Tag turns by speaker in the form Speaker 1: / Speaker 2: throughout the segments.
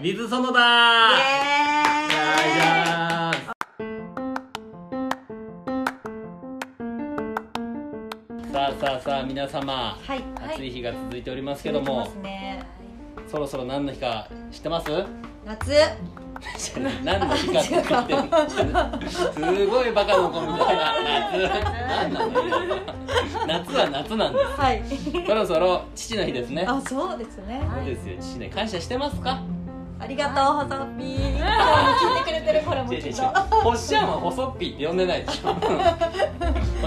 Speaker 1: リズソノだーじ
Speaker 2: エーイ
Speaker 1: ゃーじゃーんさあさあさあ皆様
Speaker 2: はい
Speaker 1: 暑い日が続いておりますけども、
Speaker 2: 続いてますね
Speaker 1: そろそろ何の日か知ってます
Speaker 2: 夏
Speaker 1: 何の日かって言ってるすごいバカの子みたいな夏何なのよ夏は夏なんで
Speaker 2: はい
Speaker 1: すそろそろ父の日ですね
Speaker 2: あそうですね
Speaker 1: そうですよ父の日感謝してますか
Speaker 2: ありがとう細ピー今日も聞いてくれてるこれも
Speaker 1: 違う
Speaker 2: き
Speaker 1: 違う違う
Speaker 2: っ
Speaker 1: ホッシャンはホソッピーって呼んでないでし ょホ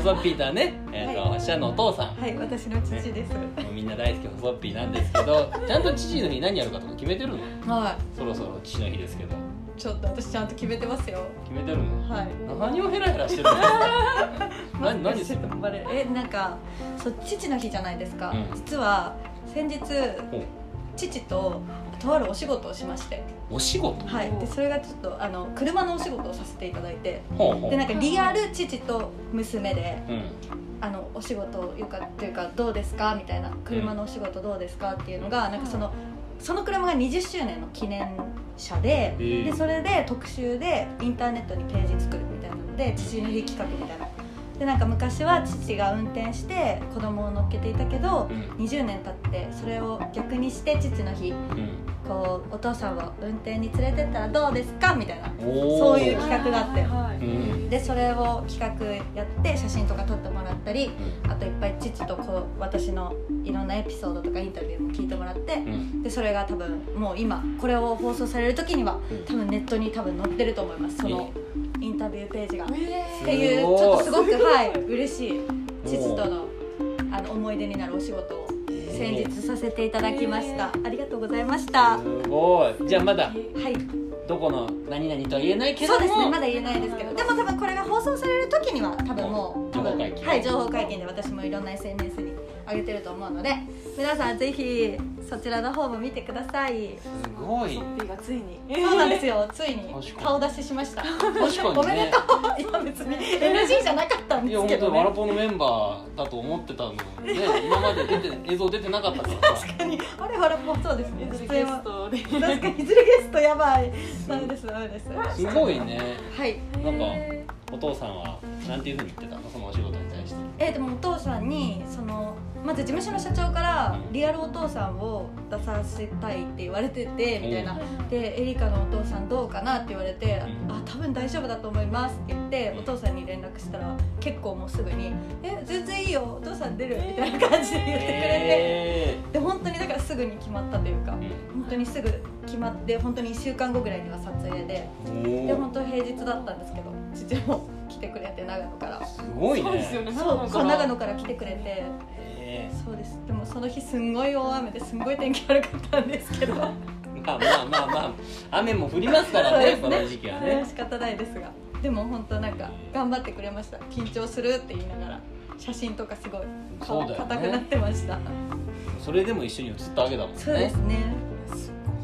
Speaker 1: ソッピーだね、えーと
Speaker 2: はい
Speaker 1: ホッシャンのお父さん
Speaker 2: とはい私の父です
Speaker 1: もうみんな大好きホソッピーなんですけどちゃんと父の日何やるかとか決めてるの
Speaker 2: は
Speaker 1: そろそろ父の日ですけど
Speaker 2: いちょっと私ちゃんと決めてますよ
Speaker 1: 決めてるの
Speaker 2: はい
Speaker 1: 何をヘラヘラし てるんですか何何
Speaker 2: ち
Speaker 1: す
Speaker 2: ょ
Speaker 1: る
Speaker 2: っと
Speaker 1: の
Speaker 2: バレるえなんかそう父の日じゃないですか、
Speaker 1: うん
Speaker 2: 実は先日
Speaker 1: お
Speaker 2: 父ととあるお仕事をしまして、
Speaker 1: お仕事
Speaker 2: はい、でそれがちょっとあの車のお仕事をさせていただいて
Speaker 1: ほうほう
Speaker 2: でなんかリアル父と娘で
Speaker 1: うん
Speaker 2: あのお仕事よかというかどうですかみたいな車のお仕事どうですかっていうのがなんかそのその車が20周年の記念車で
Speaker 1: えー
Speaker 2: でそれで特集でインターネットにページ作るみたいなので父の日企画みたいな。でなんか昔は父が運転して子供を乗っけていたけど
Speaker 1: うん
Speaker 2: 20年経ってそれを逆にして父の日
Speaker 1: うん
Speaker 2: こうお父さんを運転に連れてったらどうですかみたいな
Speaker 1: おー
Speaker 2: そういう企画があって
Speaker 3: はい
Speaker 1: うん
Speaker 2: でそれを企画やって写真とか撮ってもらったりあといっぱい父とこう私のいろんなエピソードとかインタビューも聞いてもらって
Speaker 1: うんうん
Speaker 2: でそれが多分もう今これを放送される時には多分ネットに多分載ってると思いますそのインタビューページが。っ
Speaker 3: え
Speaker 2: ていうち
Speaker 1: す
Speaker 2: ょ
Speaker 1: ごい
Speaker 2: っとすごくはい嬉しい父とのあの思い出になるお仕事を先日させていただきました。ありがとうございました。は
Speaker 1: すごいじゃあまだ
Speaker 2: い。
Speaker 1: どこの何々とは言えないけど
Speaker 2: そ
Speaker 1: も
Speaker 2: うですねまだ言えないですけどでも多分これが放送される時には多分もう多分
Speaker 1: 情報解禁
Speaker 2: はい情報解禁で私もいろんな SNS に上げてると思うので皆さんぜひそちらの方も見てください
Speaker 1: すごい
Speaker 3: ソッピーがついに
Speaker 2: そうなんですよついに
Speaker 1: 確かに
Speaker 2: 顔出ししました
Speaker 1: 確かにね
Speaker 2: おめでとう今別に NG じゃなかったん
Speaker 1: い
Speaker 2: で
Speaker 1: や
Speaker 2: す
Speaker 1: 本
Speaker 2: け
Speaker 1: 当
Speaker 2: ど
Speaker 1: にワ
Speaker 2: ね
Speaker 1: ラポのメンバーだと思ってたのね今まで出て映像出てなかったからさ
Speaker 2: 確かにあれほらもうそうですね
Speaker 3: いずれ
Speaker 2: 出
Speaker 3: ゲ
Speaker 2: 演
Speaker 3: ス
Speaker 2: は
Speaker 3: トで
Speaker 2: 確かにいずれゲストやばいダメですダメですは
Speaker 1: すごいね
Speaker 2: い
Speaker 1: なんかお父さんはなんていうふうに言ってたのそのお仕事に対して
Speaker 2: えーでもお父さんにそのまず事務所の社長から「リアルお父さんを出させたい」って言われててみたいなで「エリカのお父さんどうかな?」って言われて「
Speaker 1: うん
Speaker 2: あ多分大丈夫だと思います」って言って
Speaker 1: うん
Speaker 2: お父さんに連絡したら結構もうすぐに「え全然いいよお父さん出る」みたいな感じで言ってくれて
Speaker 1: え
Speaker 2: で本当にだからすぐに決まったというか
Speaker 1: ー
Speaker 2: 本当にすぐ決まって本当に1週間後ぐらいには撮影で
Speaker 1: うん
Speaker 2: で
Speaker 1: お
Speaker 2: 本当平日だったんですけど父も来てくれて長野から。
Speaker 1: ーすごい
Speaker 3: そうですよ
Speaker 1: ね
Speaker 3: ね
Speaker 2: そうそう長
Speaker 3: 長
Speaker 2: 野
Speaker 3: 野
Speaker 2: か
Speaker 3: からら
Speaker 2: 来てくれて
Speaker 1: え
Speaker 2: そうですでもその日すんごい大雨ですんごい天気悪かったんですけど
Speaker 1: ーまあまあまあまあ雨も降りますからね
Speaker 2: そ
Speaker 1: こ
Speaker 2: うですね
Speaker 1: の時期は
Speaker 2: それは
Speaker 1: ね
Speaker 2: 仕方ないですがでも本当なんか頑張ってくれました緊張するって言いながら写真とかすごい
Speaker 1: そ
Speaker 2: 顔
Speaker 1: うだよ
Speaker 2: 硬くなっ
Speaker 1: ね
Speaker 2: てました
Speaker 1: それでも一緒に写ったわけだもんね
Speaker 2: そうですね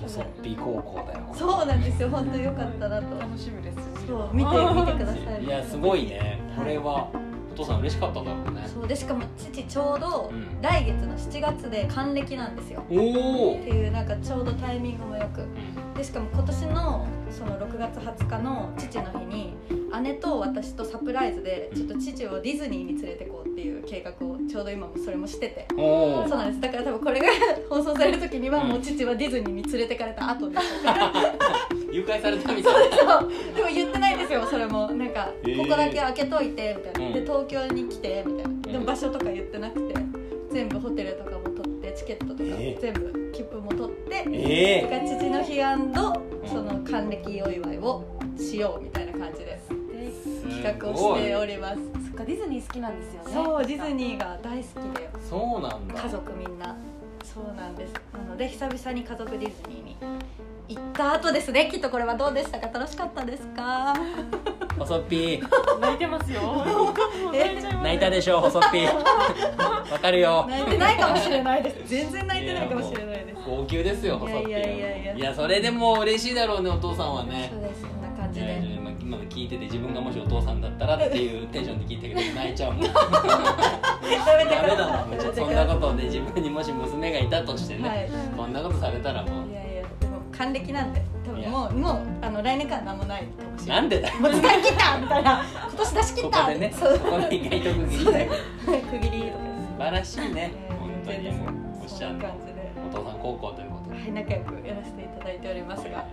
Speaker 1: ソッピー高校だよ
Speaker 2: そうなんですよ本当良かったなと
Speaker 3: 楽しみです
Speaker 2: そう見て見てください
Speaker 1: いやすごいねこれはお父さん嬉しかっただろうね
Speaker 2: そうでしかも父ちょうど
Speaker 1: うん
Speaker 2: 来月の7月で還暦なんですよ
Speaker 1: おお
Speaker 2: っていうなんかちょうどタイミングもよくでしかも今年のその6月20日の父の日に姉と私とサプライズでちょっと父をディズニーに連れてこうっていう計画をちょうど今もそれもしてて
Speaker 1: おお
Speaker 2: そうなんですだから多分これが放送される時にはもう父はディズニーに連れてかれた後で
Speaker 1: 誘拐されたみたいな
Speaker 2: そうでも言ってないんですよそれもなんか
Speaker 1: えー
Speaker 2: ここだけ開けといてみたいなで
Speaker 1: うん
Speaker 2: 東京に来てみたいなでも場所とか言ってなくて全部ホテルとかも取ってチケットとか
Speaker 1: えー
Speaker 2: 全部切符も取って
Speaker 1: ええ
Speaker 2: が父の日その還暦お祝いをしようみたいな感じで企画をしております
Speaker 3: そっかディズニー好きなんですよね
Speaker 2: そうディズニーが大好きで
Speaker 1: そうなんだ
Speaker 2: 家族みんなそうなんですなので久々に家族ディズニーに行った後ですねきっとこれはどうでしたか楽しかったですか
Speaker 1: ホソッピー
Speaker 3: 泣いてますよ
Speaker 1: 泣いたでしょホソッピ ーわかるよ
Speaker 2: 泣いてないかもしれない です全然泣いてないかもしれないです
Speaker 1: 号泣ですよホソッピー
Speaker 2: いやいやいやいや
Speaker 1: いやそれでも嬉しいだろうねお父さんはね
Speaker 2: そうですそんな感
Speaker 1: い
Speaker 2: じ
Speaker 1: やい
Speaker 2: で
Speaker 1: や今今の聞いてて自分がもしお父さんだったらっていうテンションで聞いたけ ど泣いちゃうもんダ
Speaker 2: やめて
Speaker 1: メ
Speaker 2: くだ
Speaker 1: だ
Speaker 2: さ
Speaker 1: も
Speaker 2: い
Speaker 1: んそんなことをね自分にもし娘がいたとしてね
Speaker 2: はい
Speaker 1: こんなことされたらもう
Speaker 2: いやいやでも帰還暦なんで多分もうもうあの来年から何もないかもしれ
Speaker 1: な
Speaker 2: ない
Speaker 1: んでだよ
Speaker 2: もう使い切ったみたいな今年出し切
Speaker 1: こ
Speaker 2: った
Speaker 1: こでね
Speaker 2: そう
Speaker 1: ここで意外と区切りたい
Speaker 2: 区切りとか
Speaker 1: 素晴らしいね本当にもうおっし
Speaker 2: そ
Speaker 1: ゃ
Speaker 2: ん
Speaker 1: る
Speaker 2: な感じで
Speaker 1: お父さん高校ということで
Speaker 2: はい仲良くやらせていただいておりますが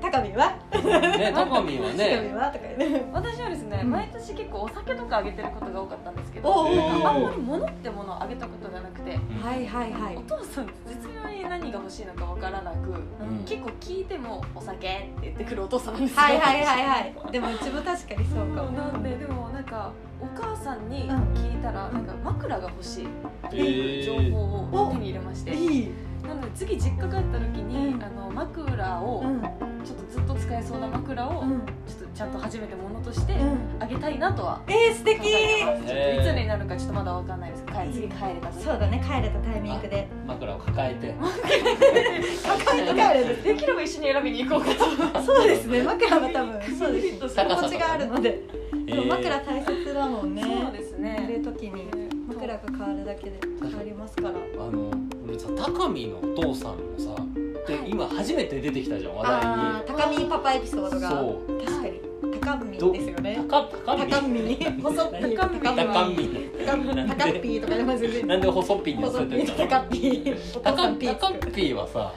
Speaker 2: 高見は
Speaker 1: ねタコミンは
Speaker 2: 高 見
Speaker 1: ね
Speaker 2: はとか言って
Speaker 3: 私はですね、
Speaker 2: うん
Speaker 3: 毎年結構お酒とかあげてることが多かったんですけ
Speaker 2: お
Speaker 3: ど
Speaker 2: お
Speaker 1: ー
Speaker 3: あんまり物ってものをあげたことがなくて
Speaker 2: はいはいはい
Speaker 3: お父さん絶妙に何が欲しいのかわからなく
Speaker 1: うん
Speaker 3: 結構聞いても「お酒」って言ってくるお父さんなんですよ
Speaker 2: はいはいはいはいでもうちも確かにそうか
Speaker 3: そう
Speaker 2: も
Speaker 3: なんででもなんかお母さんに
Speaker 2: うん
Speaker 3: 聞いたらなんか枕が欲しいっ
Speaker 1: え
Speaker 3: ていう情
Speaker 1: ー
Speaker 3: 報を手に入れまして、
Speaker 2: い
Speaker 3: なので次実家帰った時に、
Speaker 2: うん
Speaker 3: あの枕を、
Speaker 2: うん
Speaker 3: ちょっとずっと使えそうな枕を、
Speaker 2: うん
Speaker 3: ちょっとちゃんと初めてものとして
Speaker 2: うん
Speaker 3: あげたいなとは
Speaker 2: えー素
Speaker 3: 考えて
Speaker 2: 敵
Speaker 3: ます、ちょ
Speaker 1: えー
Speaker 3: っといつになるかちょっとまだわかんないですけど帰次帰れた時
Speaker 2: そうだね帰れたタイミングで
Speaker 1: 枕を抱えて
Speaker 2: 抱えて帰るんです
Speaker 3: できれば一緒に選びに行こうかと
Speaker 2: そうですね枕は多分そうです
Speaker 3: フィットする
Speaker 2: 心
Speaker 1: 高さとか
Speaker 2: 地があるので
Speaker 1: え
Speaker 2: そう
Speaker 1: ー
Speaker 2: 枕大切だもんね
Speaker 3: そうですね
Speaker 2: 寝る時に枕が変わるだけで変わりますから
Speaker 1: あの俺さ高見のお父さんもさで
Speaker 2: はい
Speaker 1: 今初めて出てきたじゃん
Speaker 2: あ
Speaker 1: 話
Speaker 2: ー高見パパエピソードが
Speaker 1: そ
Speaker 2: 確かに高見
Speaker 1: ど
Speaker 2: ですよ
Speaker 1: 題
Speaker 2: ね
Speaker 1: に高高見
Speaker 2: 高見細っぴ
Speaker 3: 高見
Speaker 1: 高
Speaker 2: 高
Speaker 1: 見
Speaker 2: 見高っぴーとかでも全然
Speaker 1: なんで細っぴになっちゃ
Speaker 2: 細
Speaker 1: っ
Speaker 2: っぴ
Speaker 1: てん
Speaker 2: ー
Speaker 1: だ
Speaker 2: 高っぴーお父さんピー
Speaker 1: 高
Speaker 2: つ
Speaker 1: っ
Speaker 2: く
Speaker 1: ぴはさ
Speaker 3: は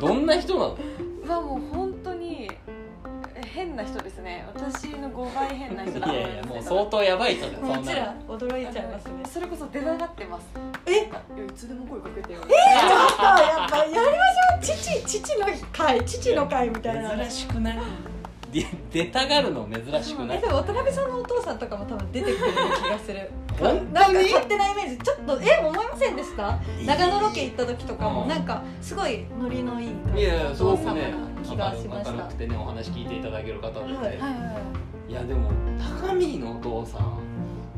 Speaker 1: どんな人なの
Speaker 3: いはもう本当に変な人ですね私の5倍変な人だと
Speaker 1: い
Speaker 3: 思い
Speaker 1: やい
Speaker 3: ます
Speaker 1: やもう相当やばい人だよそんな
Speaker 2: う
Speaker 1: の
Speaker 2: ちら驚いちゃいますね
Speaker 3: それこそ出たがってます
Speaker 2: えちょっ
Speaker 3: いやいつでも声かけてよ
Speaker 2: とやっぱやりましょう父父の会父の会みたいな
Speaker 1: 珍しくないで出たがるの珍しくな
Speaker 2: え
Speaker 1: い
Speaker 2: でも渡辺さんのお父さんとかも多分出てくる気がする
Speaker 1: 本
Speaker 2: なんか勝手なイメージちょっとえ思いませんでした長野ロケ行った時とかも
Speaker 1: うん
Speaker 2: なんかすごいノリのいい感
Speaker 1: い
Speaker 2: じ
Speaker 1: やい
Speaker 2: の
Speaker 1: や
Speaker 2: お
Speaker 1: すご
Speaker 2: 父
Speaker 1: く
Speaker 2: 様
Speaker 1: ね
Speaker 2: な気がし
Speaker 1: 明
Speaker 2: ま
Speaker 1: る
Speaker 2: し
Speaker 1: 明る
Speaker 2: た
Speaker 1: くてねお話聞いていただける方で
Speaker 2: はい
Speaker 1: ね
Speaker 3: はいはい
Speaker 1: いやでも高見のお父さん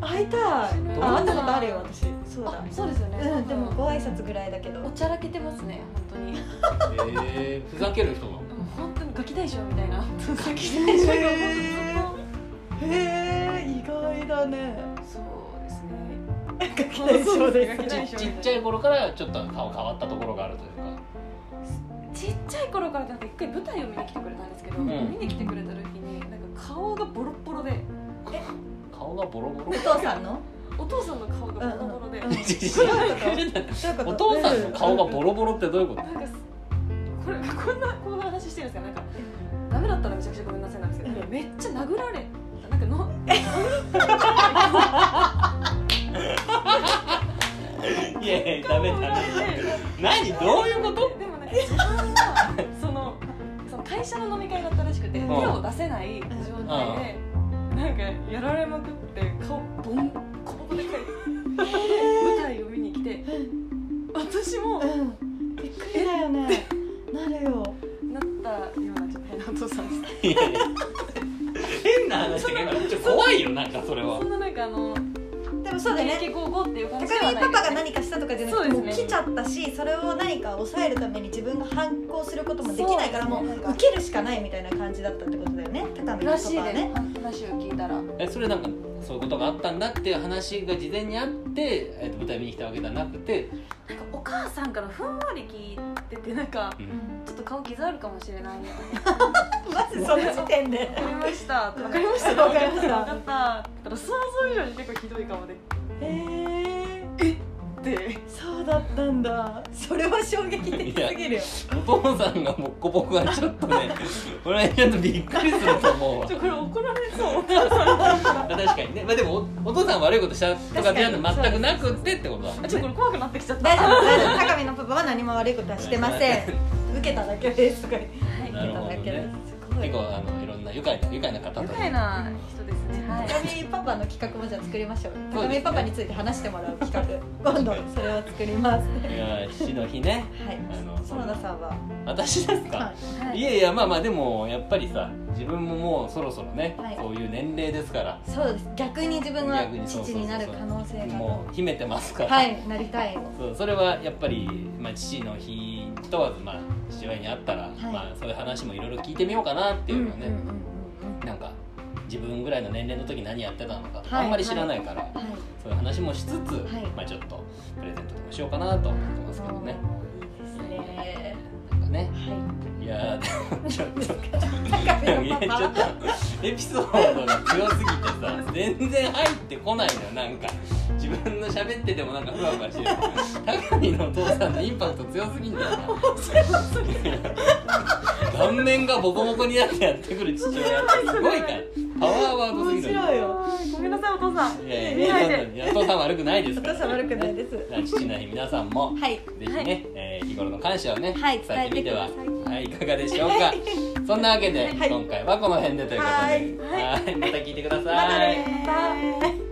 Speaker 2: 会いたいあ
Speaker 3: ど
Speaker 1: う
Speaker 2: 会ったことあるよ私そうだ
Speaker 3: あそうですよね、
Speaker 2: うんでもご挨拶ぐらいだけど
Speaker 3: おちゃらけてますね本当にも
Speaker 1: えーふざける人なの
Speaker 3: う本当にガキ大将みたいなガキ
Speaker 2: へ
Speaker 3: 大将が本
Speaker 2: え意外だね
Speaker 3: 当ずっとそう
Speaker 2: ガ
Speaker 3: ですね
Speaker 2: キ大将で
Speaker 3: ガキ大
Speaker 2: す
Speaker 3: 将
Speaker 1: ちっちゃい頃からちょっと顔変わったところがあるというか
Speaker 3: ちっちゃい頃からなんか一回舞台を見に来てくれたんですけど、
Speaker 1: うん
Speaker 3: 見に来てくれた時になんか顔がボロッボロで
Speaker 1: 顔がボロボ
Speaker 2: お
Speaker 1: ロ
Speaker 2: 父さんの
Speaker 3: お父さんの顔がボロボロで、
Speaker 2: うんうんうんどういうこと
Speaker 1: お父さんの顔がボロボロってどういうこと
Speaker 3: なんかすこれこんなこんな話してるんですかなんかダメだったらめちゃくちゃごめんなさいなんですけど、
Speaker 2: うん
Speaker 3: めっちゃ殴られなんかの
Speaker 1: いやいやダメダメ
Speaker 3: で
Speaker 1: 何どういうこと
Speaker 3: でもなんか自分はそのその会社の飲み会だったらしくて、
Speaker 1: うん
Speaker 3: 手を出せない状態で、なんかやられまくって顔ボンコボコでかい舞台を見に来て私もなっ
Speaker 2: うんびっくりだよ ねなるよ
Speaker 3: たようなちょっと変なお父さんです
Speaker 1: いやいや変な話だけどちょっと怖いよなんかそれは
Speaker 3: そんななんかあの
Speaker 2: でもそうだよね
Speaker 3: ゴーゴーっていう感
Speaker 2: 高
Speaker 3: じでは
Speaker 2: 見
Speaker 3: ない
Speaker 2: パパが何かしたとかじゃなくて、
Speaker 3: そ
Speaker 2: も
Speaker 3: う
Speaker 2: う
Speaker 3: です
Speaker 2: 来
Speaker 3: ね
Speaker 2: ちゃったしそれを何か抑えるために自分が反抗することもできないから
Speaker 3: そう
Speaker 2: も
Speaker 3: で
Speaker 2: う
Speaker 3: すね
Speaker 2: 受けるしかないみたいな感じだったってことだよね高見の
Speaker 3: ら
Speaker 2: パ
Speaker 3: しい
Speaker 2: パ
Speaker 3: で
Speaker 2: はね
Speaker 3: 話を聞いたら
Speaker 1: えそれなんかそういうことがあったんだっていう話が事前にあって、えっと舞台見に来たわけじゃなくて、
Speaker 3: なんかお母さんからふんわり聞いててなんかちょっと顔傷あるかもしれないね
Speaker 2: まずその時点で
Speaker 3: わかりました。わかりました。
Speaker 2: わかりました
Speaker 3: わかった。ただ想像以上に結構ひどいかもで。
Speaker 2: へえ
Speaker 3: で、
Speaker 2: そうだったんだそれは衝撃的すぎるよ
Speaker 1: お父さんがボッコボコはちょっとね 俺はちょっとびっくりすると思うわ
Speaker 3: ちょこれ怒られ そう。
Speaker 1: まあ確かにね、まあ、でもおお父さん悪いことしたとかでは全くなくってってことだ
Speaker 3: ちょこれ怖くなってきちゃった。
Speaker 2: 大丈夫大丈夫高見のパパは何も悪いことはしてません受けただけですとか言って
Speaker 3: 夫
Speaker 1: な
Speaker 2: 受けただ
Speaker 1: るほど
Speaker 2: けで
Speaker 1: ね
Speaker 2: すすごい
Speaker 1: 結構あのいろんな愉快な愉快な方
Speaker 3: 愉
Speaker 1: と
Speaker 3: 快な人ですね。はい。
Speaker 2: 高見パパの企画もじゃあ作りましょう
Speaker 1: そう
Speaker 2: 高
Speaker 1: ですね
Speaker 2: 見パパについて話してもらう企画今度それを作ります
Speaker 1: いや父の日ね
Speaker 2: はい
Speaker 1: あの
Speaker 2: 園田さんは
Speaker 1: 私ですか、、
Speaker 2: はい
Speaker 3: はい
Speaker 1: やいやまあまあでもやっぱりさ自分ももうそろそろね、
Speaker 2: はい
Speaker 1: そういう年齢ですから
Speaker 2: そうです逆に自分は
Speaker 1: 逆にそうそうそう
Speaker 2: 父になる可能性
Speaker 1: もう秘めてますか
Speaker 2: が
Speaker 1: ら、
Speaker 2: はいなりたい
Speaker 1: そうそれはやっぱり、まあ、父の日問わず、まあ、父親に会ったら、
Speaker 2: い
Speaker 1: まあ、そういう話もいろいろ聞いてみようかなっていうのはね、
Speaker 2: うんうんうんうん
Speaker 1: なんか自分ぐらいの年齢の時何やってたのか、
Speaker 2: はい
Speaker 1: あんまり知らないから、
Speaker 2: はい
Speaker 1: そういう話もしつつ、
Speaker 2: い
Speaker 1: まあ、ちょっとプレゼントとかしようかなとは思ってますけどね。
Speaker 2: いいですね
Speaker 1: なんかね
Speaker 2: はい
Speaker 1: やーちょっと
Speaker 2: 高部の
Speaker 1: いやち
Speaker 2: パ
Speaker 1: ょっとエピソードが強すぎてさ全然入ってこないのよなんか自分の喋っててもなんかふわふわしてる高見のお父さんのインパクト強すぎんだよな顔面がボコボコになってやってくる父親ってすごいからパワーワードすぎ
Speaker 3: 面
Speaker 1: るい
Speaker 3: 白いよごめんなさいお父さん
Speaker 1: やい
Speaker 3: 見
Speaker 1: や
Speaker 3: ない
Speaker 1: いや
Speaker 3: で
Speaker 1: いやお父さん悪くないですから
Speaker 2: お父さん悪くないです
Speaker 1: ねじゃあ父の日皆さんも
Speaker 2: パはい
Speaker 1: ぜひね、えー日頃の感謝をね、
Speaker 2: はい
Speaker 1: 伝えてみては
Speaker 2: 伝えてくだ
Speaker 1: はい、いかがでしょうか、そんなわけで、
Speaker 2: はい
Speaker 1: 今回はこの辺でということで、
Speaker 2: はい
Speaker 1: はいまた聞いてください。
Speaker 2: またね
Speaker 3: バイ